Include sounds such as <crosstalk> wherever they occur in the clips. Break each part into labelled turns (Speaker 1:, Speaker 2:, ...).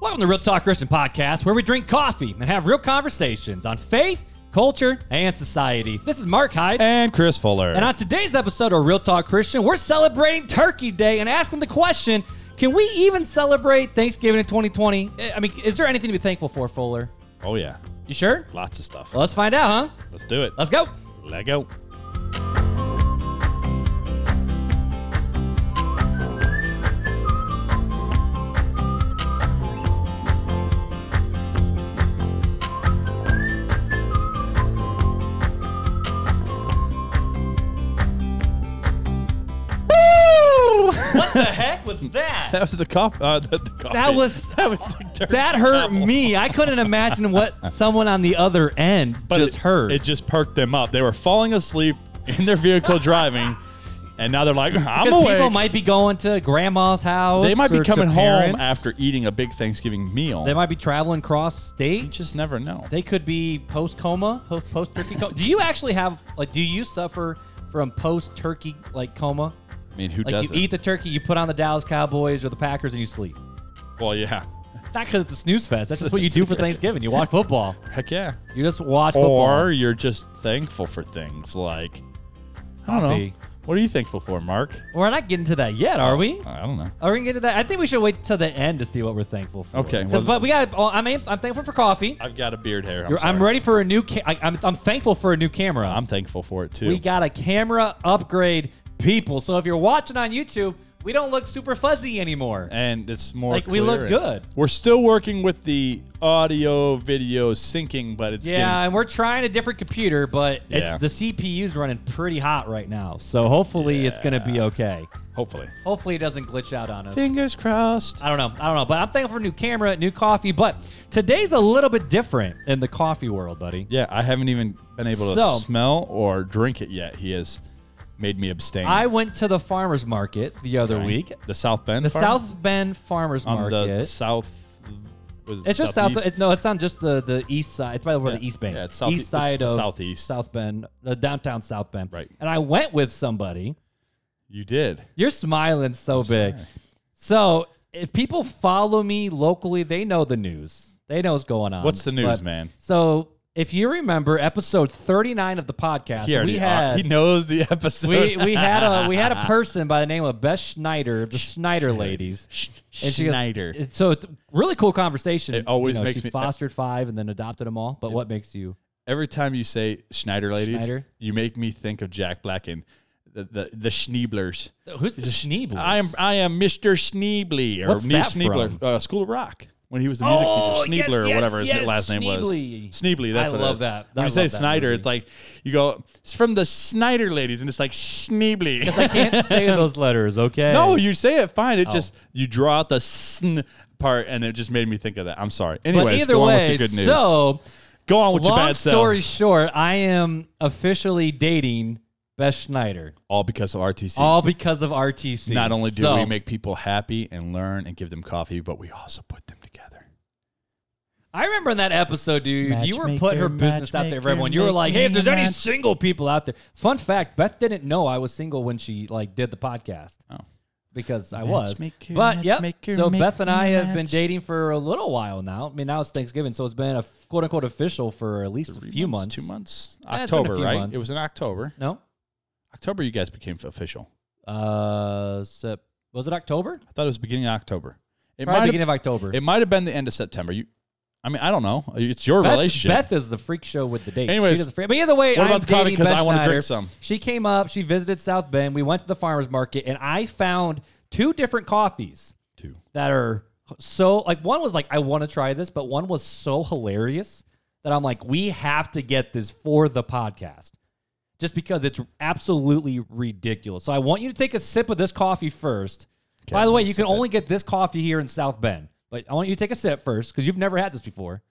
Speaker 1: Welcome to Real Talk Christian Podcast, where we drink coffee and have real conversations on faith, culture, and society. This is Mark Hyde.
Speaker 2: and Chris Fuller.
Speaker 1: And on today's episode of Real Talk Christian, we're celebrating Turkey Day and asking the question can we even celebrate Thanksgiving in 2020? I mean, is there anything to be thankful for, Fuller?
Speaker 2: oh yeah,
Speaker 1: You sure?
Speaker 2: lots of stuff.
Speaker 1: Well, let's find out, huh?
Speaker 2: Let's do it.
Speaker 1: Let's go.
Speaker 2: Let go.
Speaker 1: What the heck was that?
Speaker 2: <laughs> That was the cough. Uh, the, the coffee.
Speaker 1: That was-
Speaker 2: <laughs> that was the dirt
Speaker 1: That hurt
Speaker 2: apple.
Speaker 1: me. I couldn't imagine
Speaker 2: <laughs>
Speaker 1: what someone on the other end
Speaker 2: But
Speaker 1: just
Speaker 2: it,
Speaker 1: heard.
Speaker 2: It just perked them up. They were falling asleep in their vehicle driving, and now they're like, "I'm
Speaker 1: Because
Speaker 2: awake."
Speaker 1: people might be going to grandma's house.
Speaker 2: they might
Speaker 1: or to
Speaker 2: be coming home
Speaker 1: parents.
Speaker 2: after eating a big Thanksgiving meal.
Speaker 1: They might be traveling cross state. You
Speaker 2: just never know.
Speaker 1: They could be post coma, post turkey coma. do you actually have like? Do you suffer from post turkey like coma?
Speaker 2: I mean, who
Speaker 1: Like
Speaker 2: does
Speaker 1: you eat the turkey, you put on the Dallas Cowboys or the Packers, and you sleep.
Speaker 2: Well, yeah,
Speaker 1: Not because it's a snooze fest. That's just what you do for Thanksgiving. You watch football.
Speaker 2: heck yeah.
Speaker 1: You just watch football.
Speaker 2: Or you're just thankful for things like I don't
Speaker 1: Coffee.
Speaker 2: know. What are you thankful for, Mark?
Speaker 1: We're not getting to that yet, are we?
Speaker 2: I don't know.
Speaker 1: Are we gonna get to that? I think we should wait till the end to see what we're thankful for.
Speaker 2: Okay,
Speaker 1: 'Cause-
Speaker 2: well-
Speaker 1: but we got. I mean, I'm thankful for coffee.
Speaker 2: I've got a beard hair. I'm,
Speaker 1: You're- I'm,
Speaker 2: sorry.
Speaker 1: ready for a new. Ca- I, I'm, I'm thankful for a new camera.
Speaker 2: I'm thankful for it too.
Speaker 1: We got a camera upgrade, people. So if you're watching on YouTube, we don't look super fuzzy anymore.
Speaker 2: and it's more
Speaker 1: Like, we look
Speaker 2: clear.
Speaker 1: good.
Speaker 2: We're still working with the audio video syncing, but it's
Speaker 1: Yeah, and we're trying a different computer, but
Speaker 2: Yeah.
Speaker 1: it's, the CPU's running pretty hot right now. So hopefully it's going to be
Speaker 2: Yeah.
Speaker 1: okay.
Speaker 2: getting, hopefully.
Speaker 1: Hopefully it doesn't glitch out on us.
Speaker 2: Fingers crossed.
Speaker 1: I don't know. I don't know. But I'm thankful for a new camera, new coffee. But today's a little bit different in the coffee world, buddy.
Speaker 2: Yeah, I haven't even been able to
Speaker 1: So-
Speaker 2: smell or drink it yet. He has made me abstain.
Speaker 1: I went to the farmer's market the other
Speaker 2: Okay.
Speaker 1: week.
Speaker 2: The South Bend.
Speaker 1: The
Speaker 2: farm?
Speaker 1: South Bend Farmer's
Speaker 2: on
Speaker 1: Market.
Speaker 2: the south. Was
Speaker 1: It's just south. It's, no, it's on just the, the east side. It's by where the
Speaker 2: Yeah.
Speaker 1: East Bank.
Speaker 2: Yeah, it's south-
Speaker 1: east
Speaker 2: it's
Speaker 1: side
Speaker 2: the
Speaker 1: of
Speaker 2: southeast.
Speaker 1: South Bend, uh, downtown South Bend.
Speaker 2: Right.
Speaker 1: And I went with somebody.
Speaker 2: you did.
Speaker 1: You're smiling so big.
Speaker 2: sorry.
Speaker 1: So if people follow me locally, they know the news. They know what's going on.
Speaker 2: What's the news,
Speaker 1: But-
Speaker 2: man?
Speaker 1: So if you remember episode 39 of the podcast,
Speaker 2: He already
Speaker 1: we
Speaker 2: uh,
Speaker 1: had
Speaker 2: he knows the episode.
Speaker 1: we, we
Speaker 2: <laughs>
Speaker 1: had a we had a person by the name of Bess Schneider, the Schneider ladies. And she goes-
Speaker 2: Schneider.
Speaker 1: it- so it's a really cool conversation.
Speaker 2: It always makes
Speaker 1: she
Speaker 2: me-
Speaker 1: fostered five and then adopted them all. But what makes you?
Speaker 2: Every time you say Schneider ladies,
Speaker 1: Schneider?
Speaker 2: you make me think of Jack Black and the the, the Schneeblers.
Speaker 1: Who's the Schneeblers?
Speaker 2: I am I am Mr. Schneebly or
Speaker 1: What's
Speaker 2: Neil
Speaker 1: that
Speaker 2: Schneebler,
Speaker 1: from?
Speaker 2: uh, School of Rock when he was the music
Speaker 1: Oh,
Speaker 2: teacher, Schneebler
Speaker 1: yes,
Speaker 2: or whatever
Speaker 1: yes,
Speaker 2: his last
Speaker 1: yes,
Speaker 2: name
Speaker 1: Schneebly.
Speaker 2: was. Schneebly, that's
Speaker 1: I
Speaker 2: what
Speaker 1: love
Speaker 2: it is.
Speaker 1: that.
Speaker 2: When
Speaker 1: I
Speaker 2: you say
Speaker 1: love that
Speaker 2: Snyder,
Speaker 1: movie.
Speaker 2: it's like you go it's from the Snyder ladies, and it's like Schneebly. <laughs>
Speaker 1: I can't say those letters. Okay.
Speaker 2: No, you say it fine.
Speaker 1: Oh.
Speaker 2: It just you draw out the sn part, and it just made me think of that. I'm sorry.
Speaker 1: But
Speaker 2: Anyways,
Speaker 1: either
Speaker 2: go
Speaker 1: way,
Speaker 2: on with your good news.
Speaker 1: so
Speaker 2: go on with your
Speaker 1: long
Speaker 2: bad
Speaker 1: story
Speaker 2: self.
Speaker 1: short, I am officially dating Bess Schneider,
Speaker 2: All because of RTC.
Speaker 1: all because of RTC.
Speaker 2: Not only do
Speaker 1: So,
Speaker 2: we make people happy and learn and give them coffee, but we also put them together.
Speaker 1: I remember in that episode, dude, you were putting her
Speaker 2: Matchmaker,
Speaker 1: business out there for everyone. You were
Speaker 2: matchmaker,
Speaker 1: like, "Hey, if there's any
Speaker 2: match-
Speaker 1: single people out there." Fun fact: Beth didn't know I was single when she like did the podcast.
Speaker 2: Oh.
Speaker 1: because I was.
Speaker 2: Matchmaker,
Speaker 1: But yep.
Speaker 2: matchmaker,
Speaker 1: So
Speaker 2: make
Speaker 1: Beth and
Speaker 2: me
Speaker 1: I have been
Speaker 2: match.
Speaker 1: dating for a little while now. I mean, now it's Thanksgiving, so it's been a quote unquote official for at least a few months.
Speaker 2: two months,
Speaker 1: Yeah, it's been a
Speaker 2: October,
Speaker 1: few
Speaker 2: right?
Speaker 1: months.
Speaker 2: It was in October.
Speaker 1: No.
Speaker 2: October, you guys became official.
Speaker 1: Uh, Sep- was it October?
Speaker 2: I thought it was beginning of October. It
Speaker 1: Probably
Speaker 2: might
Speaker 1: beginning
Speaker 2: have,
Speaker 1: of October.
Speaker 2: it might have been the end of September. You, I mean, I don't know. Uh, It's your
Speaker 1: Beth,
Speaker 2: relationship.
Speaker 1: Beth is the freak show with the dates.
Speaker 2: Anyways,
Speaker 1: she does the freak- but either way,
Speaker 2: what
Speaker 1: I'm
Speaker 2: about the coffee?
Speaker 1: dating
Speaker 2: 'Cause
Speaker 1: Beth
Speaker 2: I wanna drink
Speaker 1: Schneider.
Speaker 2: some.
Speaker 1: She came up. She visited South Bend. We went to the farmers market, and I found two different coffees
Speaker 2: Two.
Speaker 1: that are so like one was like I want to try this, but one was so hilarious that I'm like we have to get this for the podcast. Just because it's absolutely ridiculous. So I want you to take a sip of this coffee first.
Speaker 2: Okay,
Speaker 1: By the
Speaker 2: I'm
Speaker 1: way,
Speaker 2: gonna
Speaker 1: you can
Speaker 2: sip it.
Speaker 1: only get this coffee here in South Bend. But I want you to take a sip first because you've never had this before.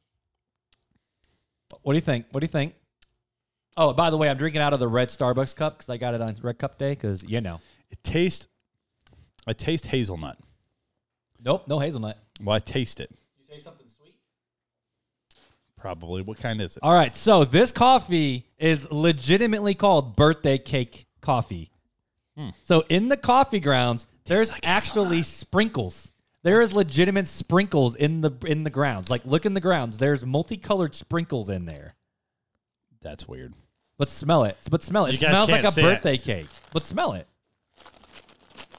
Speaker 1: What do you think? What do you think? Oh, by the way, I'm drinking out of the red Starbucks cup because I got it on Red Cup Day because you know.
Speaker 2: It tastes. I taste hazelnut.
Speaker 1: Nope, no hazelnut.
Speaker 2: Well, I taste it. You taste something sweet? Probably. What kind is it?
Speaker 1: All right, so this coffee is legitimately called birthday cake coffee. So in the coffee grounds, there's
Speaker 2: Hmm. like
Speaker 1: actually sprinkles. There is legitimate sprinkles in the in the grounds. Like look in the grounds. There's multicolored sprinkles in there.
Speaker 2: That's weird.
Speaker 1: But smell it. But smell it.
Speaker 2: You
Speaker 1: It
Speaker 2: guys
Speaker 1: smells like
Speaker 2: can't
Speaker 1: a
Speaker 2: see it.
Speaker 1: birthday cake. But smell it.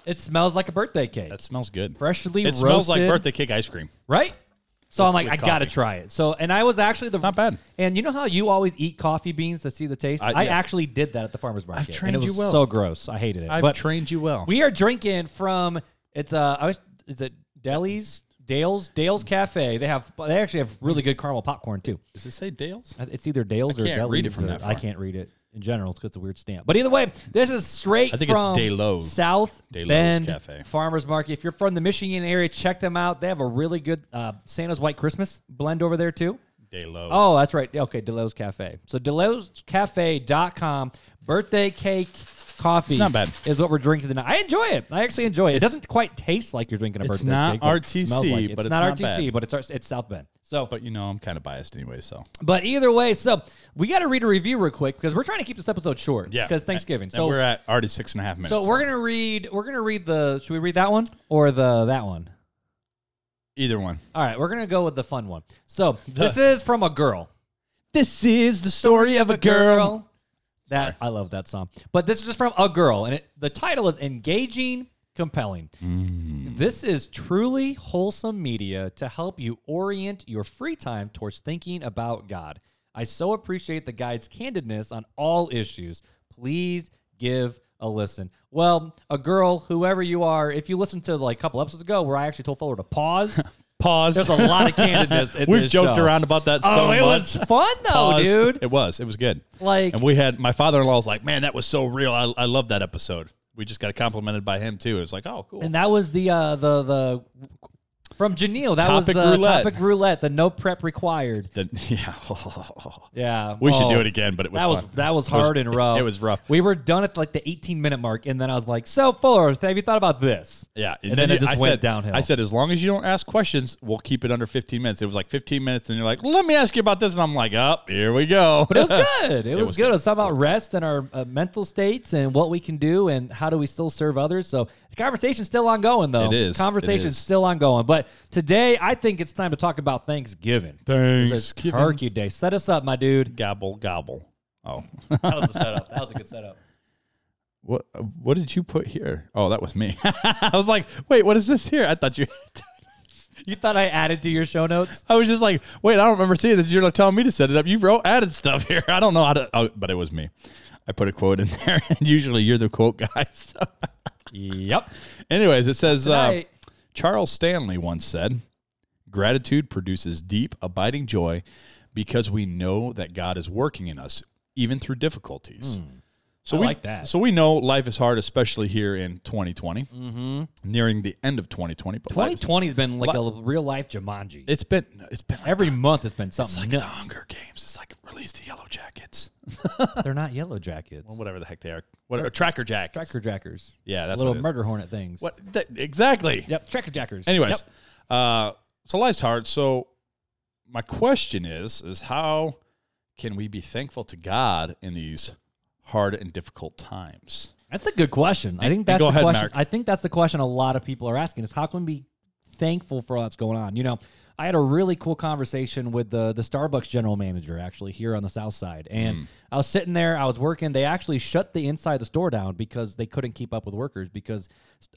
Speaker 1: It smells like a birthday cake.
Speaker 2: That smells good.
Speaker 1: freshly
Speaker 2: it
Speaker 1: roasted.
Speaker 2: smells like birthday cake ice cream.
Speaker 1: right? So I'm like,
Speaker 2: with
Speaker 1: I gotta
Speaker 2: coffee.
Speaker 1: try it. So and I was actually the
Speaker 2: Not bad.
Speaker 1: And you know how you always eat coffee beans to see the taste?
Speaker 2: I-
Speaker 1: I,
Speaker 2: yeah.
Speaker 1: actually did that at the farmer's market. and
Speaker 2: trained
Speaker 1: it was
Speaker 2: you well.
Speaker 1: So gross. I hated it. but
Speaker 2: trained you well.
Speaker 1: we are drinking from it's uh I was is it Deli's Dale's Dale's Cafe. They have they actually have really good caramel popcorn too.
Speaker 2: Does it say Dale's?
Speaker 1: It's either Dale's
Speaker 2: I
Speaker 1: or
Speaker 2: can't
Speaker 1: Deli's.
Speaker 2: read it from
Speaker 1: or-
Speaker 2: that
Speaker 1: I
Speaker 2: far.
Speaker 1: can't read it in general. It's 'cause it's a weird stamp. But either way, this is straight
Speaker 2: I think it's
Speaker 1: from
Speaker 2: Delos.
Speaker 1: South
Speaker 2: Delos
Speaker 1: Bend
Speaker 2: Cafe.
Speaker 1: Farmers Market. If you're from the Michigan area, check them out. They have a really good uh, Santa's White Christmas blend over there too.
Speaker 2: Dale's.
Speaker 1: Oh, that's right. Okay, Delos Cafe. So deloscafe.com, birthday cake coffee.
Speaker 2: It's not bad.
Speaker 1: Is what we're drinking tonight. I enjoy it. I actually enjoy it. It doesn't quite taste like you're drinking a
Speaker 2: it's
Speaker 1: birthday
Speaker 2: not
Speaker 1: cake. but it
Speaker 2: RTC,
Speaker 1: smells like it. it's
Speaker 2: but it's
Speaker 1: not
Speaker 2: not
Speaker 1: RTC,
Speaker 2: bad.
Speaker 1: but it's our, it's South Bend. So, but,
Speaker 2: But you know, I'm kind of biased anyway, so.
Speaker 1: either way, so we got to read a review real quick because we're trying to keep this episode short.
Speaker 2: Yeah.
Speaker 1: Because Thanksgiving.
Speaker 2: And
Speaker 1: so
Speaker 2: we're at already six and a half minutes.
Speaker 1: so we're gonna read we're gonna read the should we read that one or the that one?
Speaker 2: either one.
Speaker 1: All right, we're gonna go with the fun one.
Speaker 2: <laughs>
Speaker 1: So this is from a girl.
Speaker 2: This is the story of a
Speaker 1: That I love that song. But this is just from a girl, and it, the title is Engaging Compelling.
Speaker 2: Mm.
Speaker 1: This is truly wholesome media to help you orient your free time towards thinking about God. I so appreciate the guide's candidness on all issues. Please give a listen. Well, a girl, whoever you are, if you listened to like a couple episodes ago where I actually told Fuller to
Speaker 2: <laughs>
Speaker 1: pause,
Speaker 2: Pause.
Speaker 1: there's a lot of candidness in
Speaker 2: We've
Speaker 1: this
Speaker 2: joked
Speaker 1: show.
Speaker 2: around about that so
Speaker 1: Oh, it was
Speaker 2: much.
Speaker 1: fun though,
Speaker 2: Pause.
Speaker 1: dude.
Speaker 2: It was. It was good.
Speaker 1: Like-
Speaker 2: and we had my father in law was like, man, that was so real. I, I love that episode. We just got complimented by him too. It was like, oh, cool.
Speaker 1: And that was the uh, the the from Janelle. That
Speaker 2: Topic
Speaker 1: was the
Speaker 2: roulette.
Speaker 1: topic roulette. The no prep required.
Speaker 2: Then- <laughs>
Speaker 1: <laughs>
Speaker 2: yeah,
Speaker 1: Yeah,
Speaker 2: we should
Speaker 1: Oh,
Speaker 2: do it again. But it was
Speaker 1: That was
Speaker 2: fun.
Speaker 1: that was
Speaker 2: It was-
Speaker 1: hard and rough.
Speaker 2: It, was rough.
Speaker 1: We were done at like the 18 minute mark, and then I was like, "So Fuller, have you thought about this?"
Speaker 2: Yeah,
Speaker 1: And then it just
Speaker 2: I
Speaker 1: went
Speaker 2: said,
Speaker 1: downhill.
Speaker 2: I said, as long as you don't ask questions, we'll keep it under 15 minutes. It was like 15 minutes, and you're like, let me ask you about this, and I'm like, up, here we go.
Speaker 1: But it was
Speaker 2: <laughs>
Speaker 1: good. It, was,
Speaker 2: was
Speaker 1: good.
Speaker 2: good.
Speaker 1: It was talking about rest and our uh, mental states and what we can do and how do we still serve others. So the conversation's still ongoing, though.
Speaker 2: It is.
Speaker 1: Conversation's
Speaker 2: It is.
Speaker 1: still ongoing. But today, I think it's time to talk about Thanksgiving. It's
Speaker 2: Thanksgiving.
Speaker 1: Turkey Day. Set us up, my dude.
Speaker 2: <laughs> Gobble gobble. Oh,
Speaker 1: That was the setup. That was a good setup.
Speaker 2: what what did you put here? Oh, that was me. <laughs> I was like, wait, what is this here? I thought you. <laughs>
Speaker 1: You thought I added to your show notes?
Speaker 2: I was just like, wait, I don't remember seeing this. You're telling me to set it up. You wrote added stuff <laughs> here. I don't know how to. Oh, but it was me. I put a quote in <laughs> there, and usually you're the quote guy. <laughs> So.
Speaker 1: Yep.
Speaker 2: Anyways, it says uh,
Speaker 1: Tonight-
Speaker 2: Charles Stanley once said, Gratitude produces deep, abiding joy because we know that God is working in us, even through difficulties. So
Speaker 1: I
Speaker 2: we,
Speaker 1: like that.
Speaker 2: So we know life is hard, especially here in 2020, Mm-hmm. nearing the end of 2020. But life-
Speaker 1: 2020 has been like a real life Jumanji.
Speaker 2: it's been it's been like,
Speaker 1: Every month has been something
Speaker 2: like the
Speaker 1: nuts.
Speaker 2: Hunger Games. It's like release the Yellow Jackets,
Speaker 1: They're not yellow jackets.
Speaker 2: whatever the heck they are. What are Tracker Jackets?
Speaker 1: Tracker jackers.
Speaker 2: Yeah, that's
Speaker 1: little
Speaker 2: what it is.
Speaker 1: murder hornet things.
Speaker 2: What that- exactly?
Speaker 1: Yep. Tracker jackers.
Speaker 2: Anyways, uh, so life's hard. So my question is: is how can we be thankful to God in these hard and difficult times?
Speaker 1: That's a good question. I think that's
Speaker 2: go
Speaker 1: the
Speaker 2: ahead,
Speaker 1: question.
Speaker 2: Mark.
Speaker 1: I think that's the question a lot of people are asking is how can we be thankful for all that's going on? You know, I had a really cool conversation with the the Starbucks general manager actually here on the south side. And
Speaker 2: Mm.
Speaker 1: I was sitting there, I was working. They actually shut the inside of the store down because they couldn't keep up with workers because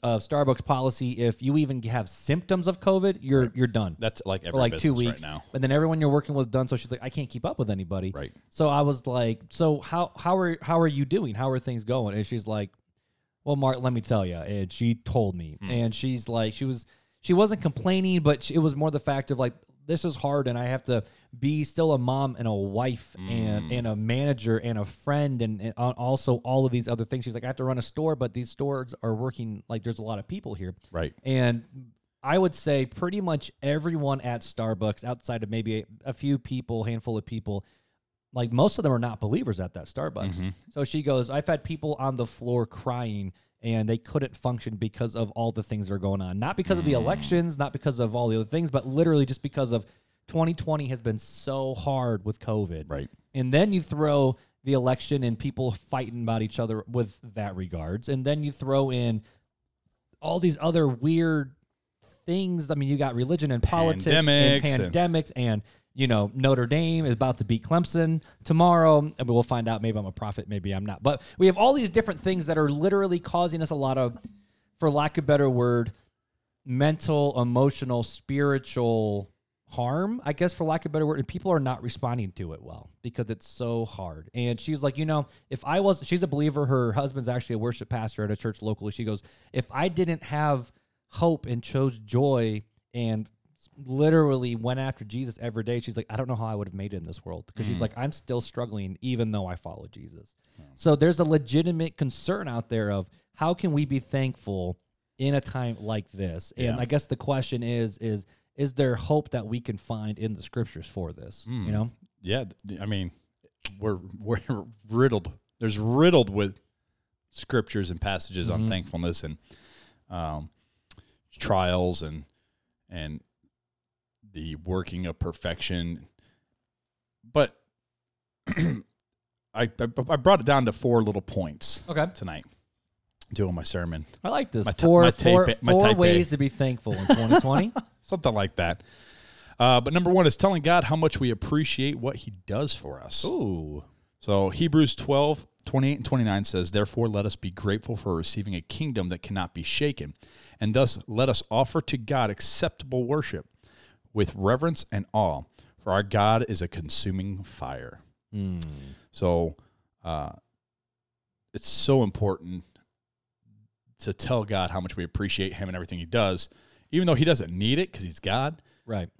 Speaker 1: of Starbucks policy if you even have symptoms of COVID, you're you're done
Speaker 2: That's like every
Speaker 1: for like
Speaker 2: business
Speaker 1: two weeks.
Speaker 2: right now.
Speaker 1: And then everyone you're working with done. So she's like, I can't keep up with anybody.
Speaker 2: Right.
Speaker 1: So I was like, so how how are how are you doing? How are things going? And she's like, well, Mark, let me tell you. And she told me,
Speaker 2: Hmm.
Speaker 1: and she's like, she was she wasn't complaining, but she, it was more the fact of like, this is hard, and I have to be still a mom and a wife
Speaker 2: Hmm.
Speaker 1: and and a manager and a friend and, and al- also all of these other things. She's like, I have to run a store, but these stores are working like there's a lot of people here.
Speaker 2: Right.
Speaker 1: And I would say pretty much everyone at Starbucks, outside of maybe a, a few people, handful of people, like most of them are not believers at that Starbucks. So she goes, I've had people on the floor crying and they couldn't function because of all the things that are going on. Not because of the elections, not because of all the other things, but literally just because of 2020 has been so hard with COVID.
Speaker 2: Right.
Speaker 1: And then you throw the election and people fighting about each other with that regards. And then you throw in all these other weird things. I mean, you got religion and politics
Speaker 2: Pandemics
Speaker 1: and
Speaker 2: and-
Speaker 1: pandemics and, you know, Notre Dame is about to beat Clemson tomorrow. I mean, we'll find out. Maybe I'm a prophet, maybe I'm not. But we have all these different things that are literally causing us a lot of, for lack of a better word, mental, emotional, spiritual harm, I guess, for lack of a better word. And people are not responding to it well because it's so hard. And she's like, you know, if I was, she's a believer. Her husband's actually a worship pastor at a church locally. She goes, if I didn't have hope and chose joy and literally went after Jesus every day, she's like, I don't know how I would have made it in this world because she's like, I'm still struggling even though I follow Jesus. So there's a legitimate concern out there of how can we be thankful in a time like this? And
Speaker 2: Yeah.
Speaker 1: I guess the question is is is there hope that we can find in the scriptures for this?
Speaker 2: Hmm.
Speaker 1: You know?
Speaker 2: Yeah, th- I mean, we're we're <laughs> riddled. There's riddled with scriptures and passages on thankfulness and um, trials and and the working of perfection. But <clears throat> I, I I brought it down to four little points
Speaker 1: Okay.
Speaker 2: tonight. Doing my sermon,
Speaker 1: I like this.
Speaker 2: My ty-
Speaker 1: four
Speaker 2: my
Speaker 1: four-
Speaker 2: type A- my
Speaker 1: four
Speaker 2: type A.
Speaker 1: ways to be thankful in
Speaker 2: <laughs>
Speaker 1: 2020.
Speaker 2: something like that. Uh, but number one is telling God how much we appreciate what He does for us.
Speaker 1: Ooh.
Speaker 2: So Hebrews 12, 28 and 29 says, Therefore, let us be grateful for receiving a kingdom that cannot be shaken, and thus let us offer to God acceptable worship with reverence and awe, for our God is a consuming fire.
Speaker 1: Hmm.
Speaker 2: So uh, it's so important to tell God how much we appreciate Him and everything He does, even though He doesn't need it because He's God.
Speaker 1: Right.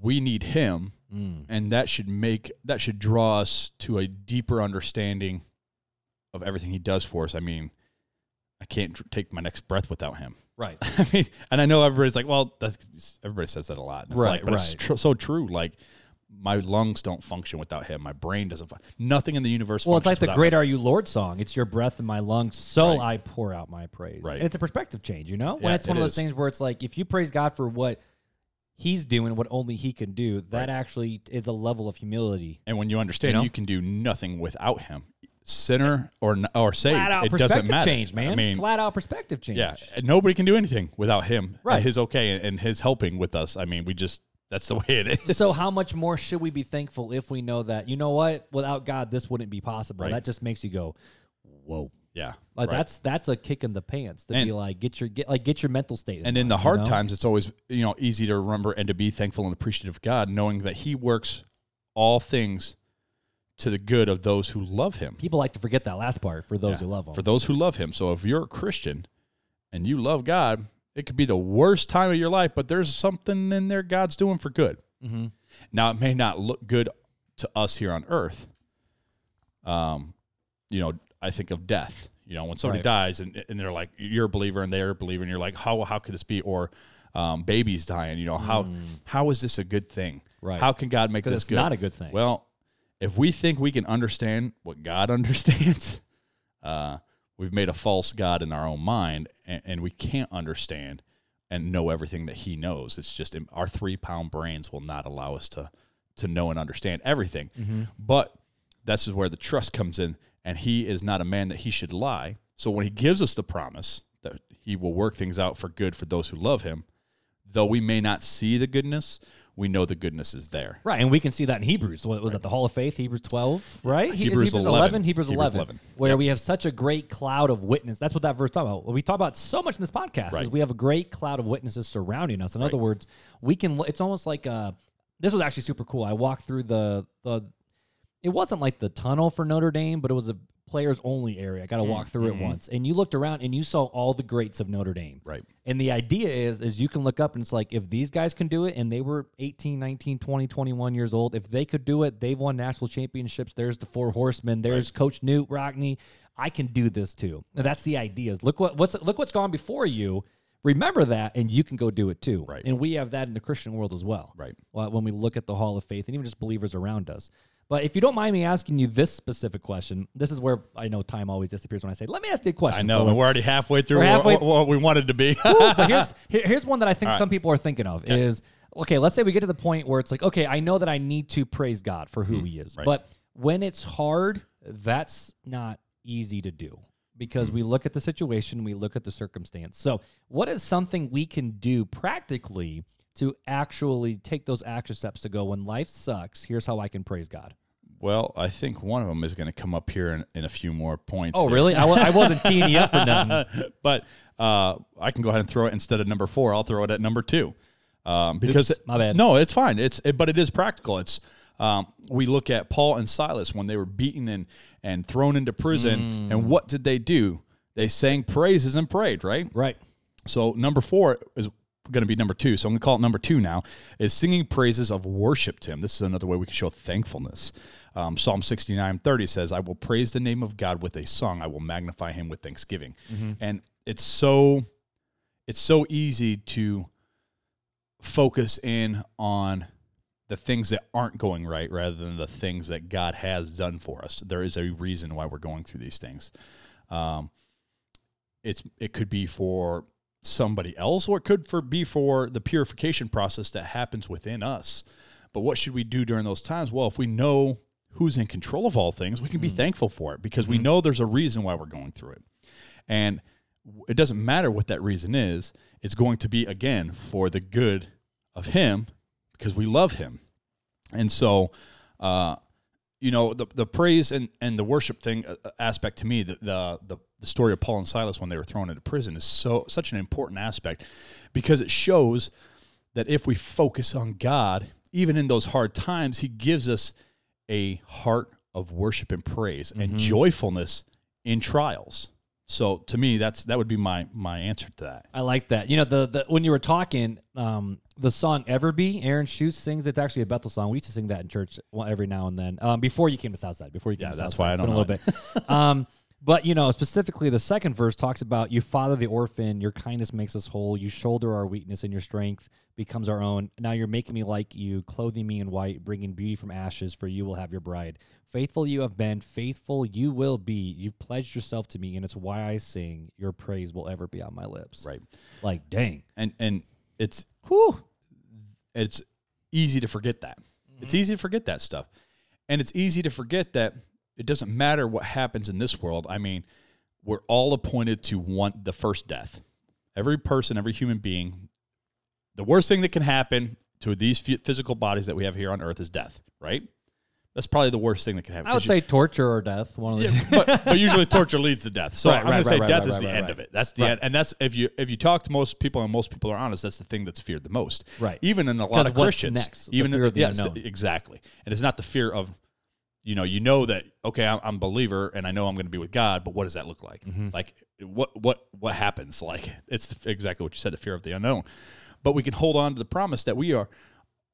Speaker 2: We need Him
Speaker 1: Mm.
Speaker 2: and that should make that should draw us to a deeper understanding of everything he does for us. I mean, I can't tr- take my next breath without him. <laughs>
Speaker 1: Right.
Speaker 2: I mean, and I know everybody's like, "Well, that's everybody says that a lot." And it's
Speaker 1: Right,
Speaker 2: like, but It's
Speaker 1: right.
Speaker 2: tr- so true. Like, my lungs don't function without him. My brain doesn't. Fun- nothing in the universe.
Speaker 1: Well, it's like
Speaker 2: functions
Speaker 1: the
Speaker 2: without
Speaker 1: Great Are You Lord song. It's your breath in my lungs, so
Speaker 2: Right.
Speaker 1: I pour out my praise.
Speaker 2: Right.
Speaker 1: And it's a perspective change, you know? when
Speaker 2: Yeah,
Speaker 1: it's one
Speaker 2: it
Speaker 1: of those
Speaker 2: is.
Speaker 1: things where it's like, if you praise God for what he's doing, what only he can do, that actually is a level of humility.
Speaker 2: And when you understand,
Speaker 1: You
Speaker 2: you,
Speaker 1: know?
Speaker 2: can do nothing without him, sinner or n- or saved.
Speaker 1: Flat out
Speaker 2: it doesn't
Speaker 1: perspective
Speaker 2: matter.
Speaker 1: change, man.
Speaker 2: I mean,
Speaker 1: Flat out perspective change.
Speaker 2: Yeah, and nobody can do anything without him.
Speaker 1: Right.
Speaker 2: and his okay and, and his helping with us. I mean, we just that's the <laughs> way it is.
Speaker 1: So how much more should we be thankful if we know that, you know what, without God, this wouldn't be possible.
Speaker 2: Right.
Speaker 1: That just makes you go, whoa.
Speaker 2: Yeah,
Speaker 1: Like
Speaker 2: right.
Speaker 1: that's that's a kick in the pants to be
Speaker 2: And-
Speaker 1: like get your get like get your mental state.
Speaker 2: And in the hard
Speaker 1: times.
Speaker 2: times, it's always you know easy to remember and to be thankful and appreciative of God, knowing that He works all things to the good of those who love Him.
Speaker 1: people like to forget that last part for those who love them.
Speaker 2: For those who love Him. So if you're a Christian and you love God, it could be the worst time of your life, but there's something in there God's doing for good.
Speaker 1: Mhm.
Speaker 2: Now it may not look good to us here on earth. Um, you know, I think of death. You know, when somebody
Speaker 1: Right.
Speaker 2: dies and, and they're like, you're a believer and they're a believer, and you're like, how how could this be? Or um, babies dying. You know, how how is this a good thing?
Speaker 1: Mm. Right.
Speaker 2: How can God make this
Speaker 1: it's
Speaker 2: good?
Speaker 1: not a good thing.
Speaker 2: Well, if we think we can understand what God <laughs> understands, uh, we've made a false God in our own mind, and, and we can't understand and know everything that He knows. It's just in- our three pound brains will not allow us to to know and understand everything.
Speaker 1: Mm-hmm.
Speaker 2: But this is where the trust comes in, and He is not a man that He should lie. So when He gives us the promise that He will work things out for good for those who love Him, though we may not see the goodness, we know the goodness is there.
Speaker 1: right, and we can see that in Hebrews. What was that? The Hall of Faith, Hebrews twelve, right? He- is
Speaker 2: Hebrews 11.
Speaker 1: Hebrews
Speaker 2: Hebrews
Speaker 1: eleven,
Speaker 2: 11.
Speaker 1: where we have such a great cloud of witness. That's what that verse talking about. What we talk about so much in this podcast is
Speaker 2: Right.
Speaker 1: we have a great cloud of witnesses surrounding us. In other words, we can. lo- It's almost like uh, this was actually super cool. I walked through the the it wasn't like the tunnel for Notre Dame, but it was a players only area. I
Speaker 2: Mm,
Speaker 1: got to walk through it once, and you looked around and you saw all the greats of Notre Dame.
Speaker 2: mm-hmm. Right.
Speaker 1: And the idea is is you can look up and it's like if these guys can do it and they were 18, 19, 20, 21 years old, if they could do it, they've won national championships. There's the four horsemen, there's coach Newt Rockney. I can do this too. And that's the idea. Is look what what's look what's gone before you. Remember that and you can go do it too.
Speaker 2: Right.
Speaker 1: And we have that in the Christian world as well
Speaker 2: Right.
Speaker 1: uh, when we look at the Hall of Faith and even just believers around us. But if you don't mind me asking you this specific question, this is where I know time always disappears when I say, "Let me ask you a question."
Speaker 2: I know,
Speaker 1: Owen."
Speaker 2: and we're already halfway through
Speaker 1: We're
Speaker 2: what-
Speaker 1: halfway-
Speaker 2: what, what we wanted to be. <laughs>
Speaker 1: Ooh, but here's here- here's one that I think some people are thinking of is okay. Let's say we get to the point where it's like, okay, I know that I need to praise God for who He is, but when it's hard, that's not easy to do because we look at the situation, we look at the circumstance. So, what is something we can do practically to actually take those action steps to go when life sucks? Here's how I can praise God.
Speaker 2: Well, I think one of them is going to come up here in, in a few more points.
Speaker 1: Oh,
Speaker 2: there.
Speaker 1: really? I, w- I wasn't teeing you up for nothing.
Speaker 2: <laughs> but uh, I can go ahead and throw it instead of number four. I'll throw it at number two um, because
Speaker 1: Oops, my bad.
Speaker 2: No, it's fine. It's it, but it is practical. It's um, we look at Paul and Silas when they were beaten and and thrown into prison, and what did they do? They sang praises and prayed, right?
Speaker 1: <laughs> Right.
Speaker 2: So number four is going to be number two. So I'm going to call it number two now. Is singing praises of worship to Him. This is another way we can show thankfulness. Um, Psalm 69:30 says, "I will praise the name of God with a song. I will magnify Him with thanksgiving." And it's so, it's so easy to focus in on the things that aren't going right rather than the things that God has done for us. There is a reason why we're going through these things. Um, it's it could be for somebody else, or it could for be for the purification process that happens within us. But what should we do during those times? Well, if we know who's in control of all things, we can be thankful for it because we know there's a reason why we're going through it, and w- it doesn't matter what that reason is. It's going to be again for the good of Him because we love Him, and so. Uh, you know the the praise and, and the worship thing uh, uh, aspect to me the, the the the story of Paul and Silas when they were thrown into prison is so such an important aspect because it shows that if we focus on God even in those hard times he gives us a heart of worship and praise and joyfulness in trials so to me that's that would be my my answer to that
Speaker 1: I like that. You know, the, the when you were talking, um, the song "Ever Be," Aaron Schutz sings. It's actually a Bethel song. We used to sing that in church well, every now and then. Um, before you came to Southside, before you came
Speaker 2: Yeah,
Speaker 1: to
Speaker 2: that's
Speaker 1: Southside,
Speaker 2: why I
Speaker 1: It's
Speaker 2: don't
Speaker 1: been a little bit. <laughs> um, but you know, specifically the second verse talks about you father the orphan, your kindness makes us whole. You shoulder our weakness, and your strength becomes our own. Now you're making me like you, clothing me in white, bringing beauty from ashes. For you will have your bride. Faithful you have been, faithful you will be. You've pledged yourself to me, and it's why I sing. Your praise will ever be on my lips.
Speaker 2: right
Speaker 1: Like, dang.
Speaker 2: and and it's
Speaker 1: Whew.
Speaker 2: it's easy to forget that. It's
Speaker 1: Mm-hmm.
Speaker 2: easy to forget that stuff. And it's easy to forget that it doesn't matter what happens in this world. I mean, we're all appointed to one the first death. Every person, every human being, the worst thing that can happen to these phy- physical bodies that we have here on earth is death, right? That's probably the worst thing that can happen.
Speaker 1: I would
Speaker 2: 'Cause
Speaker 1: say
Speaker 2: you-
Speaker 1: torture or death. One of those.
Speaker 2: yeah, <laughs> but, but usually torture leads to death. So
Speaker 1: Right,
Speaker 2: I'm
Speaker 1: right,
Speaker 2: gonna say
Speaker 1: right,
Speaker 2: death
Speaker 1: right,
Speaker 2: is
Speaker 1: right,
Speaker 2: the
Speaker 1: right,
Speaker 2: end
Speaker 1: right.
Speaker 2: of it. That's the end, and that's if you if you talk to most people and most people are honest, that's the thing that's feared the most.
Speaker 1: Right.
Speaker 2: Even in a lot of
Speaker 1: what's
Speaker 2: Christians,
Speaker 1: next? The
Speaker 2: even in-
Speaker 1: fear of the
Speaker 2: yes,
Speaker 1: unknown.
Speaker 2: exactly. And it's not the fear of, you know, you know that okay, I'm, I'm a believer and I know I'm going to be with God, but what does that look like?
Speaker 1: Mm-hmm.
Speaker 2: Like what what what happens? <laughs> Like it's exactly what you said, the fear of the unknown. But we can hold on to the promise that we are,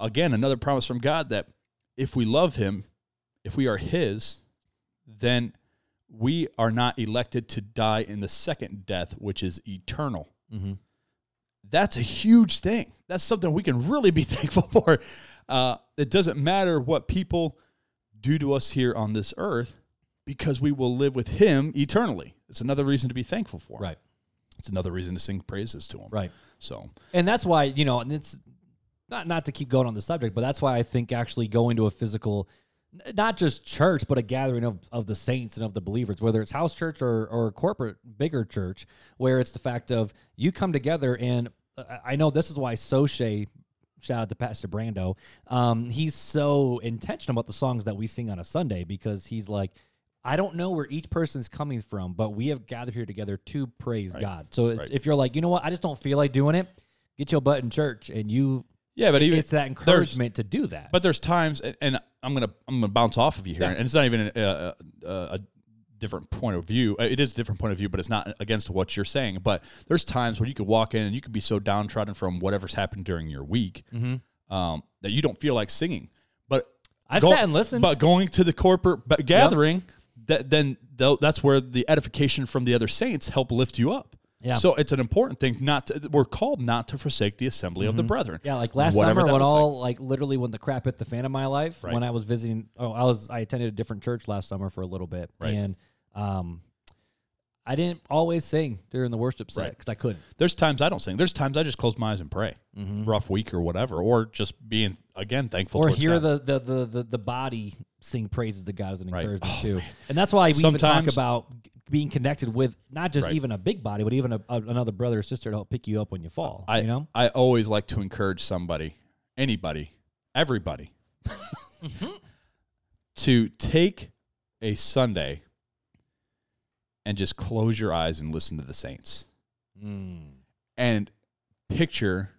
Speaker 2: again, another promise from God that if we love Him, if we are His, then we are not elected to die in the second death, which is eternal.
Speaker 1: Mhm.
Speaker 2: That's a huge thing. That's something we can really be <laughs> thankful for. Uh, it doesn't matter what people do to us here on this earth because we will live with Him eternally. It's another reason to be thankful for.
Speaker 1: Right.
Speaker 2: It's another reason to sing praises to Him.
Speaker 1: Right.
Speaker 2: So,
Speaker 1: And that's why you know, and it's not not to keep going on the subject, but that's why I think actually going to a physical, n- not just church, but a gathering of, of the saints and of the believers, whether it's house church or or corporate bigger church, where it's the fact of you come together and uh, I I know this is why Soche. Shout out to Pastor Brando. Um, he's so intentional about the songs that we sing on a Sunday because he's like, I don't know where each person's coming from, but we have gathered here together to praise God. So if-
Speaker 2: Right.
Speaker 1: if you're like, you know what, I just don't feel like doing it, get your butt in church, and you.
Speaker 2: yeah, but even
Speaker 1: It's that encouragement to do that.
Speaker 2: But there's times, and, and I'm gonna I'm gonna bounce off of you here,
Speaker 1: Yeah.
Speaker 2: and it's not even a, a, a different point of view. Uh, It is a different point of view, but it's not against what you're saying. But there's times where you could walk in and you could be so downtrodden from whatever's happened during your week um, that you don't feel like singing. But
Speaker 1: Mm-hmm. I've sat and listened.
Speaker 2: But going to the corporate ba- gathering, that then tho- that's where the edification from the other saints help lift you up.
Speaker 1: Yeah.
Speaker 2: So it's an important thing. Not to, we're called not to forsake the assembly of the brethren.
Speaker 1: Mm-hmm. yeah, like last
Speaker 2: Whatever
Speaker 1: summer
Speaker 2: that
Speaker 1: when
Speaker 2: looks like.
Speaker 1: all like. literally when the crap hit the fan of my life,
Speaker 2: Right.
Speaker 1: when I was visiting, oh, I was I attended a different church last summer for a little bit,
Speaker 2: Right.
Speaker 1: and um, I didn't always sing during the worship set
Speaker 2: Right.
Speaker 1: because I couldn't.
Speaker 2: There's times I don't sing. There's times I just close my eyes and pray. Rough week or whatever, or just being again thankful.
Speaker 1: Mm-hmm. Or
Speaker 2: towards
Speaker 1: hear
Speaker 2: God.
Speaker 1: the, the the the the body sing praises to God as an encouragement
Speaker 2: Oh,
Speaker 1: too, and that's why we even talk
Speaker 2: Sometimes-
Speaker 1: about being connected with not just
Speaker 2: Right.
Speaker 1: even a big body, but even a, a- another brother or sister to help pick you up when you fall.
Speaker 2: I
Speaker 1: you know,
Speaker 2: I always like to encourage somebody, anybody, everybody,
Speaker 1: Mm-hmm.
Speaker 2: <laughs> to take a Sunday and just close your eyes and listen to the saints Mm. and picture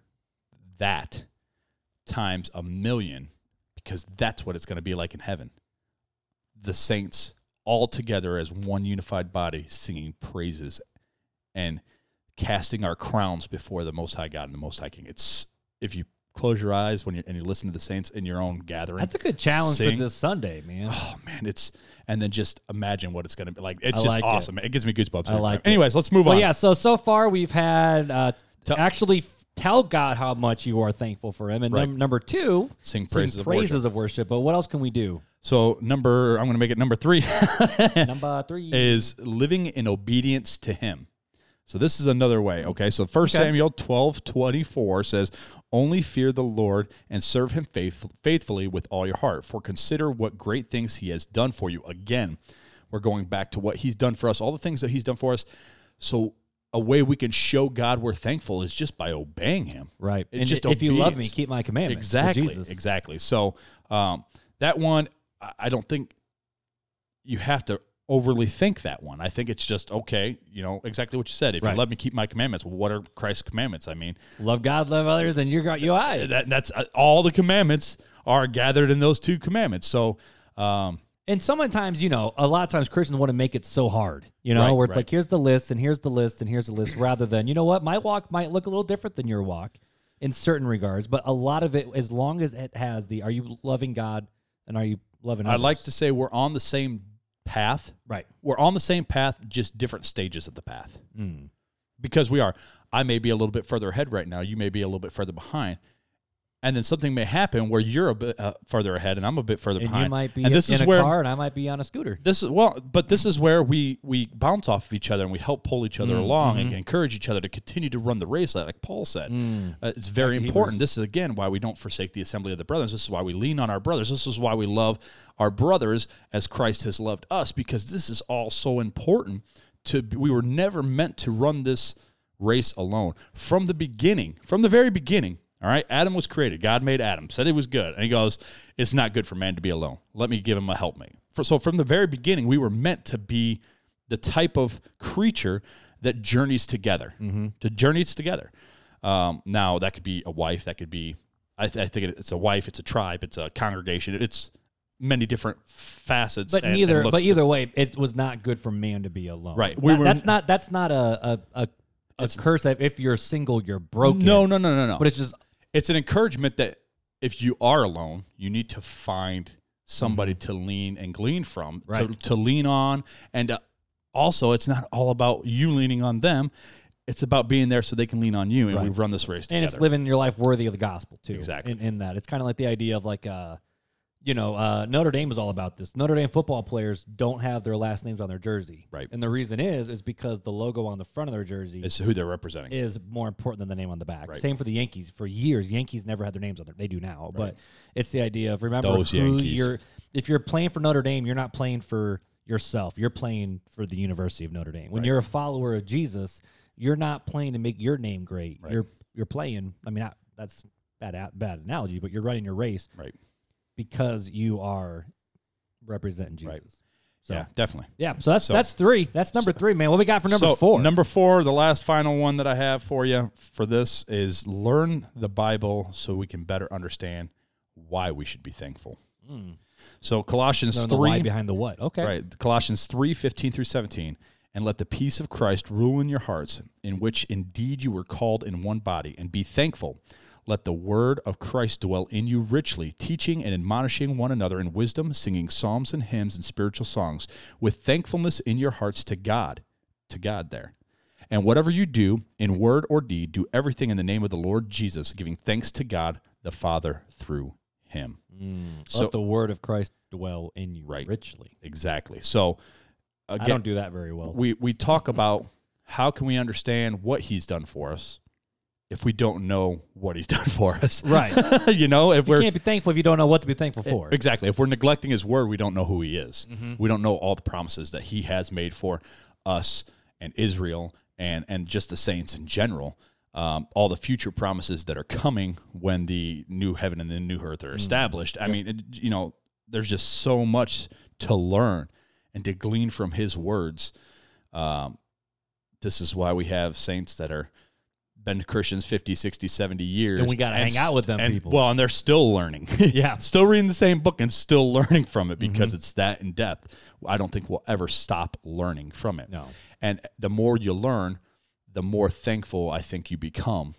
Speaker 2: that times a million because that's what it's going to be like in heaven. The saints all together as one unified body singing praises and casting our crowns before the Most High God and the Most High King. It's if you close your eyes when you and you listen to the saints in your own gathering.
Speaker 1: that's a good challenge for
Speaker 2: Sing.
Speaker 1: this Sunday, man.
Speaker 2: Oh man, it's and then just imagine what it's gonna be like. It's
Speaker 1: I
Speaker 2: just
Speaker 1: like it.
Speaker 2: awesome. It. gives me goosebumps.
Speaker 1: I
Speaker 2: every
Speaker 1: like
Speaker 2: time.
Speaker 1: it.
Speaker 2: Anyways, let's move
Speaker 1: But
Speaker 2: on.
Speaker 1: yeah, so so far we've had uh,
Speaker 2: Tell-
Speaker 1: actually f- tell God how much you are thankful for Him, and
Speaker 2: Right.
Speaker 1: num- number two, sing
Speaker 2: Sing praises of worship.
Speaker 1: of worship. But what else can we
Speaker 2: <laughs>
Speaker 1: do?
Speaker 2: So number, I'm gonna make it number three. <laughs>
Speaker 1: number three.
Speaker 2: is living in obedience to him. So this is another way. Okay. So 1
Speaker 1: Okay.
Speaker 2: Samuel 12, 24 says, Only fear the Lord and serve him faith- faithfully with all your heart, for consider what great things he has done for you. Again, we're going back to what he's done for us, all the things that he's done for us. So a way we can show God we're thankful is just by obeying him.
Speaker 1: Right.
Speaker 2: It's
Speaker 1: and
Speaker 2: just
Speaker 1: if you love me,
Speaker 2: obedience.
Speaker 1: keep my commandments. Well,
Speaker 2: Exactly.
Speaker 1: Jesus.
Speaker 2: Exactly. So um, that one, I- I don't think you have to overly think that one. I think it's just okay. You know exactly what you said. If
Speaker 1: Right.
Speaker 2: you let me keep my commandments, well, what are Christ's commandments? I mean,
Speaker 1: Love God, love others, and you're got you I.
Speaker 2: that that's uh, all the commandments are gathered in those two commandments. So. Um,
Speaker 1: And sometimes, you know, a lot of times Christians want to make it so hard, you know,
Speaker 2: Right,
Speaker 1: where it's
Speaker 2: right.
Speaker 1: like, here's the list, and here's the list, and here's the list, rather than, you know what, my walk might look a little different than your walk in certain regards, but a lot of it, as long as it has the, are you loving God and are you loving others?
Speaker 2: I'd like to say we're on the same path.
Speaker 1: Right.
Speaker 2: We're on the same path, just different stages of the path.
Speaker 1: Hmm.
Speaker 2: Because we are. I may be a little bit further ahead right now. You may be a little bit further behind. And then something may happen where you're a bit uh, further ahead and I'm a bit further
Speaker 1: And
Speaker 2: behind.
Speaker 1: you might be
Speaker 2: and this
Speaker 1: in
Speaker 2: is
Speaker 1: a
Speaker 2: where
Speaker 1: car, and I might be on a scooter.
Speaker 2: this is well, but this is where we we bounce off of each other and we help pull each other
Speaker 1: Mm,
Speaker 2: along and
Speaker 1: mm-hmm.
Speaker 2: encourage each other to continue to run the race, like, like Paul said.
Speaker 1: Mm.
Speaker 2: Uh, it's very important. This is again why we don't forsake the assembly of the brothers. This is why we lean on our brothers. This is why we love our brothers as Christ has loved us, because this is all so important. To we were never meant to run this race alone from the beginning, from the very beginning. All right, Adam was created. God made Adam, said it was good. And he goes, It's not good for man to be alone. Let me give him a helpmate. For, so, from the very beginning, we were meant to be the type of creature that journeys together,
Speaker 1: Mm-hmm.
Speaker 2: to journeys together. Um, now, that could be a wife, that could be, I, th- I think it's a wife, it's a tribe, it's a congregation, it's many different facets.
Speaker 1: But
Speaker 2: and- and
Speaker 1: neither,
Speaker 2: looks
Speaker 1: but
Speaker 2: to-
Speaker 1: either way, it was not good for man to be alone.
Speaker 2: Right. We
Speaker 1: That-
Speaker 2: were-
Speaker 1: that's not that's not a a, a, a curse. That if you're single, you're broken.
Speaker 2: No, no, no, no, no.
Speaker 1: but it's just
Speaker 2: it's an encouragement that if you are alone, you need to find somebody to lean and glean from, to,
Speaker 1: Mm-hmm. Right.
Speaker 2: to lean on. And uh, also, it's not all about you leaning on them, it's about being there so they can lean on you. And
Speaker 1: Right.
Speaker 2: we run this race together.
Speaker 1: and it's living your life worthy of the gospel too.
Speaker 2: Exactly.
Speaker 1: In, in that, it's kind of like the idea of like uh, you know, uh, Notre Dame is all about this. Notre Dame football players don't have their last names on their jersey.
Speaker 2: Right.
Speaker 1: And the reason is is because the logo on the front of their jersey
Speaker 2: it's who they're representing.
Speaker 1: is more important than the name on the back.
Speaker 2: Right.
Speaker 1: Same for the Yankees. For years, Yankees never had their names on there. They do now, but it's the idea of remember
Speaker 2: Those
Speaker 1: who
Speaker 2: Yankees.
Speaker 1: you're. If you're playing for Notre Dame, you're not playing for yourself. You're playing for the University of Notre Dame. When you're a follower of Jesus, you're not playing to make your name great. You're you're playing. I mean, I, that's bad a- bad analogy, but you're running your race
Speaker 2: right.
Speaker 1: because you are representing Jesus.
Speaker 2: Right.
Speaker 1: So yeah.
Speaker 2: yeah, definitely.
Speaker 1: so that's
Speaker 2: So-
Speaker 1: that's three. That's number three, man. What we got for number
Speaker 2: So,
Speaker 1: four?
Speaker 2: Number four, the last final one that I have for you for this is learn the Bible so we can better understand why we should be thankful. So Colossians
Speaker 1: Knowing Hmm. the
Speaker 2: three
Speaker 1: why behind the what? Okay,
Speaker 2: Right. Colossians three fifteen through 17. And let the peace of Christ rule in your hearts, in which indeed you were called in one body, and be thankful. Let the word of Christ dwell in you richly, teaching and admonishing one another in wisdom, singing psalms and hymns and spiritual songs, with thankfulness in your hearts to God. To God, there. And whatever you do, in word or deed, do everything in the name of the Lord Jesus, giving thanks to God the Father through him.
Speaker 1: Mm.
Speaker 2: So-
Speaker 1: let the word of Christ dwell in you
Speaker 2: Right.
Speaker 1: richly.
Speaker 2: Exactly. So,
Speaker 1: I
Speaker 2: again,
Speaker 1: don't do that very well.
Speaker 2: we we talk
Speaker 1: Mm-hmm.
Speaker 2: about how can we understand what he's done for us if we don't know what he's <laughs> done for us
Speaker 1: <laughs>
Speaker 2: <laughs>
Speaker 1: Right.
Speaker 2: you know if
Speaker 1: you
Speaker 2: we're Eh,
Speaker 1: can't be thankful if you don't know what to be thankful for.
Speaker 2: Mm-hmm. exactly if we're neglecting his word we don't know who he is we don't know all the promises that he has made for us and Israel and and just the saints in general. Um, all the future promises that are coming when the new heaven and the new earth
Speaker 1: Mm.
Speaker 2: are established. I mean, it, you know, there's just so much to learn and to glean from his words. Um, this is why we have saints that are been Christians 50, 60, 70 years.
Speaker 1: And we gotta hang out with them
Speaker 2: and-
Speaker 1: people.
Speaker 2: Well, and they're still learning. <laughs>
Speaker 1: Yeah.
Speaker 2: Still reading the same book and still <laughs> learning from it
Speaker 1: Mm-hmm.
Speaker 2: because it's that in depth. I don't think we'll ever stop learning from it.
Speaker 1: No.
Speaker 2: And the more you learn, the more thankful I think you become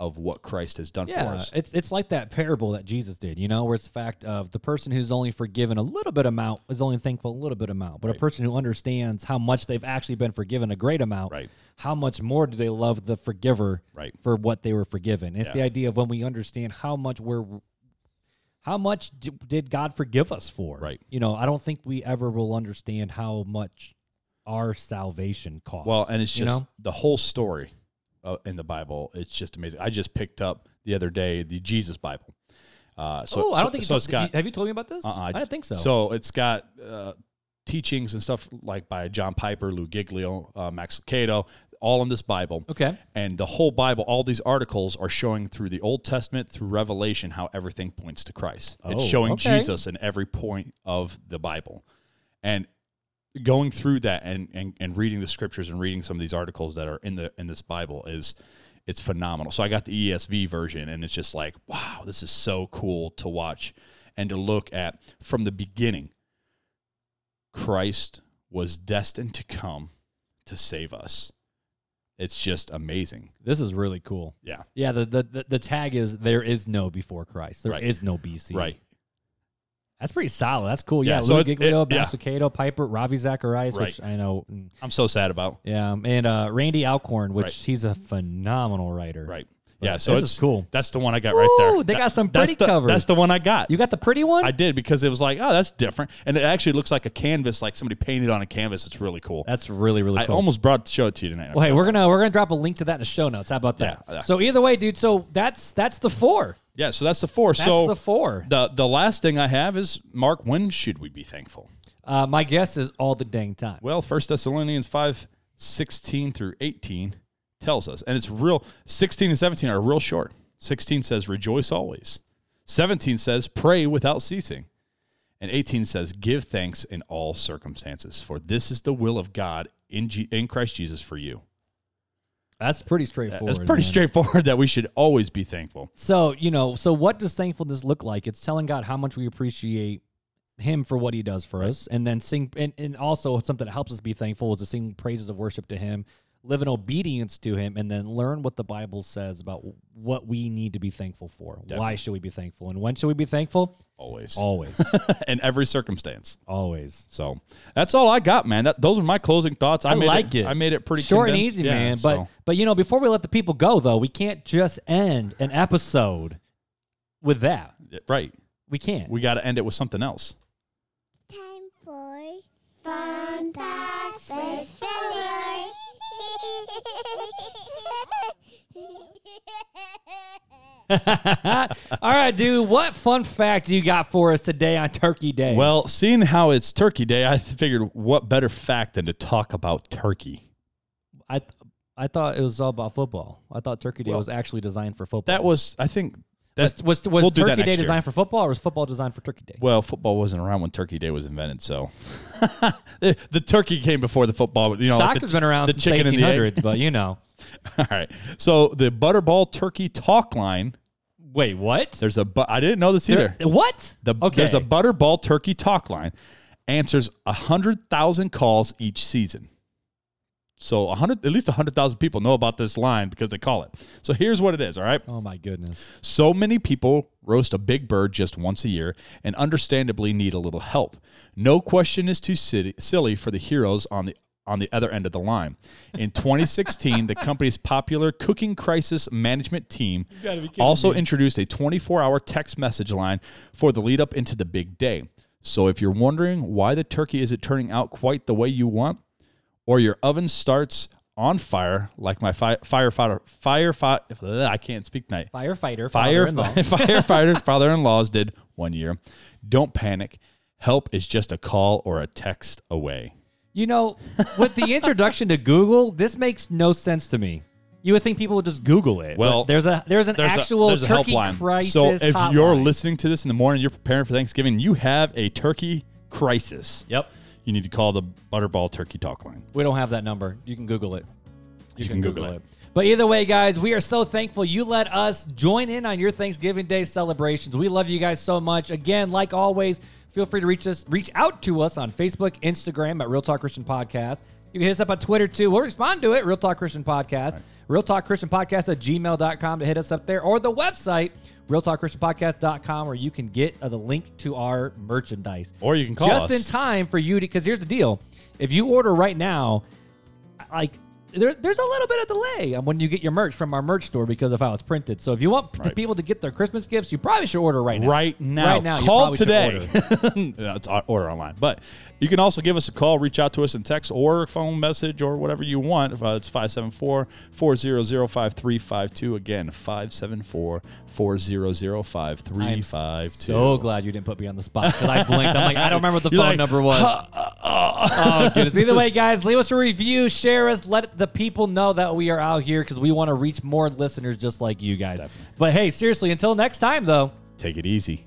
Speaker 2: of what Christ has done for
Speaker 1: Yeah,
Speaker 2: us.
Speaker 1: it's it's like that parable that Jesus did, you know, where it's the fact of the person who's only forgiven a little bit amount is only thankful a little bit amount, but a person who understands how much they've actually been forgiven a great amount,
Speaker 2: Right.
Speaker 1: how much more do they love the forgiver
Speaker 2: Right.
Speaker 1: for what they were forgiven? It's the
Speaker 2: Yeah.
Speaker 1: idea of when we understand how much we're how much d- did God forgive us for?
Speaker 2: Right.
Speaker 1: You know, I don't think we ever will understand how much our salvation costs.
Speaker 2: Well, and it's just
Speaker 1: you know?
Speaker 2: the whole story uh, in the Bible. It's just amazing. I just picked up the other day the Jesus Bible. Uh, so,
Speaker 1: oh, I
Speaker 2: so,
Speaker 1: don't think
Speaker 2: so.
Speaker 1: you-
Speaker 2: It's got
Speaker 1: have you told me about this?
Speaker 2: Uh-uh.
Speaker 1: I didn't think so.
Speaker 2: So it's got uh, teachings and stuff like by John Piper, Lou Giglio, uh, Max Lucado, all in this Bible.
Speaker 1: okay.
Speaker 2: And the whole Bible, all these articles are showing through the Old Testament, through Revelation, how everything points to Christ. it's
Speaker 1: Oh,
Speaker 2: showing
Speaker 1: okay.
Speaker 2: Jesus in every point of the Bible. And going through that and, and and reading the scriptures and reading some of these articles that are in the in this Bible is it's phenomenal. So I got the ESV version and it's just like, wow, this is so cool to watch and to look at from the beginning. Christ was destined to come to save us. It's just amazing.
Speaker 1: This is really cool.
Speaker 2: Yeah.
Speaker 1: Yeah, the, the, the, the tag is there is no before Christ. There is
Speaker 2: Right.
Speaker 1: no BC.
Speaker 2: Right.
Speaker 1: That's pretty solid. That's cool. Yeah,
Speaker 2: Yeah, so
Speaker 1: Lou
Speaker 2: it's- it-
Speaker 1: Giglio,
Speaker 2: yeah.
Speaker 1: Max Lucado, Piper, Ravi Zacharias, which I know. mm,
Speaker 2: I'm so sad about.
Speaker 1: Yeah, and uh, Randy Alcorn, which
Speaker 2: Right.
Speaker 1: he's a phenomenal writer.
Speaker 2: Right.
Speaker 1: But
Speaker 2: Yeah. So
Speaker 1: this
Speaker 2: it's
Speaker 1: is cool.
Speaker 2: That's the one I got right there.
Speaker 1: Ooh, they got some
Speaker 2: that's
Speaker 1: pretty
Speaker 2: the-
Speaker 1: covers.
Speaker 2: That's the one I got.
Speaker 1: You got the pretty one?
Speaker 2: I did because it was like, oh, that's different, and it actually looks like a canvas, like somebody painted on a canvas. It's really cool.
Speaker 1: That's really really
Speaker 2: I
Speaker 1: cool.
Speaker 2: almost brought to show it to you tonight.
Speaker 1: well, hey, we're gonna we're gonna drop a link to that in the show notes. How about that?
Speaker 2: Yeah, yeah.
Speaker 1: So either way, dude. So that's that's the four.
Speaker 2: yeah. So that's the four.
Speaker 1: That's
Speaker 2: so
Speaker 1: the four.
Speaker 2: the the last thing I have is Mark. When should we be thankful?
Speaker 1: Uh, my guess is all the dang time.
Speaker 2: Well, First Thessalonians five sixteen through eighteen tells us, and it's real. Sixteen and seventeen are real short. Sixteen says, "Rejoice always." Seventeen says, "Pray without ceasing." And 18 says, Give thanks in all circumstances, for this is the will of God in, G- in Christ Jesus for you.
Speaker 1: That's pretty straightforward.
Speaker 2: It's pretty
Speaker 1: man.
Speaker 2: straightforward <laughs> that we should always be thankful.
Speaker 1: So, you know, so what does thankfulness look like? It's telling God how much we appreciate him for what he does for us. And then sing and, and also something that helps us be thankful is to sing praises of worship to him, live in obedience to him, and then learn what the Bible says about what we need to be thankful for. Why should we be thankful? And when should we be thankful?
Speaker 2: Always.
Speaker 1: <laughs> Always.
Speaker 2: <laughs> in every circumstance.
Speaker 1: always.
Speaker 2: So that's all I got, man. That, those are my closing thoughts. I,
Speaker 1: I,
Speaker 2: made
Speaker 1: like it,
Speaker 2: I made it pretty
Speaker 1: short and
Speaker 2: condensed.
Speaker 1: easy,
Speaker 2: Yeah,
Speaker 1: man. But
Speaker 2: so-
Speaker 1: but you know, before we let the people go though, we can't just end an episode with that.
Speaker 2: Yeah, right.
Speaker 1: We can't.
Speaker 2: We got to end it with something else.
Speaker 3: Time for fun facts with <laughs> Filler.
Speaker 1: <laughs> All right, dude. What fun fact you got for us today on Turkey Day?
Speaker 2: Well, seeing how it's Turkey Day, I figured what better fact than to talk about turkey.
Speaker 1: I th- I thought it was all about football. I thought Turkey Day
Speaker 2: Well,
Speaker 1: was actually designed for football.
Speaker 2: That was, I think, that's
Speaker 1: was was, was
Speaker 2: we'll do that
Speaker 1: Turkey Day
Speaker 2: next year.
Speaker 1: designed for football, or was football designed for Turkey Day?
Speaker 2: Well, football wasn't around when Turkey Day was invented, so <laughs> the, the turkey came before the football. but, You know, like the-
Speaker 1: Soccer's been around
Speaker 2: the
Speaker 1: since
Speaker 2: chicken and the egg.
Speaker 1: 1800s, but you know.
Speaker 2: <laughs> All right, so the Butterball Turkey Talk Line.
Speaker 1: Wait, what?
Speaker 2: There's a bu- I didn't know this either.
Speaker 1: What?
Speaker 2: The,
Speaker 1: okay.
Speaker 2: There's a Butterball Turkey Talk Line. Answers hundred thousand calls each season. So hundred, at least hundred thousand people know about this line because they call it. So here's what it is. All right.
Speaker 1: oh my goodness.
Speaker 2: So many people roast a big bird just once a year and understandably need a little help. No question is too silly, silly for the heroes on the on the other end of the line. In 2016, the company's popular cooking crisis management team also introduced a 24-hour text message line for the lead up into the big day. So if you're wondering why the turkey isn't turning out quite the way you want, or your oven starts on fire like my fi- firefighter firefighter I can't speak tonight
Speaker 1: Firefighter.
Speaker 2: fire
Speaker 1: father-in-law.
Speaker 2: <laughs> firefighters father-in-laws did one year. Don't panic. Help is just a call or a text away.
Speaker 1: You know, with the introduction to Google, this makes no sense to me. You would think people would just Google it. but
Speaker 2: Well,
Speaker 1: there's a there's an
Speaker 2: There's a-
Speaker 1: actual
Speaker 2: there's a
Speaker 1: turkey
Speaker 2: helpline.
Speaker 1: crisis.
Speaker 2: So if
Speaker 1: hotline.
Speaker 2: you're listening to this in the morning, you're preparing for Thanksgiving, you have a turkey crisis.
Speaker 1: yep,
Speaker 2: You need to call the Butterball Turkey Talk Line.
Speaker 1: we don't have that number. You can Google it.
Speaker 2: You, can, Google, it.
Speaker 1: But either way, guys, we are so thankful you let us join in on your Thanksgiving Day celebrations. We love you guys so much. Again, like always, feel free to reach us, reach out to us on Facebook, Instagram at Real Talk Christian Podcast. You can hit us up on Twitter too. We'll respond to it, Real Talk Christian Podcast. Real Talk Christian Podcast at gmail.com to hit us up there or the website, realtalkchristianpodcast.com, where you can get uh, the link to our merchandise
Speaker 2: Or you can call
Speaker 1: just
Speaker 2: us.
Speaker 1: in time for you to because here's the deal if you order right now like there, there's a little bit of delay on when you get your merch from our merch store because of how it's printed so if you want p-
Speaker 2: Right.
Speaker 1: people to get their christmas gifts you probably should order right now
Speaker 2: Right now.
Speaker 1: right now you
Speaker 2: Call
Speaker 1: probably should
Speaker 2: today.
Speaker 1: order. <laughs>
Speaker 2: <laughs> no, it's o- order online. But you can also give us a call, reach out to us in text or phone message or whatever you want. Uh, it's 574 400 5352. Again, 574 400
Speaker 1: I'm
Speaker 2: 5352.
Speaker 1: so glad you didn't put me on the spot because I blinked. I'm like, I don't remember what the
Speaker 2: You're
Speaker 1: phone
Speaker 2: like,
Speaker 1: number was. oh, goodness. Either way, guys, leave us a review, share us, let the people know that we are out here because we want to reach more listeners just like you guys. But hey, seriously, until next time, though.
Speaker 2: <laughs> Take it easy.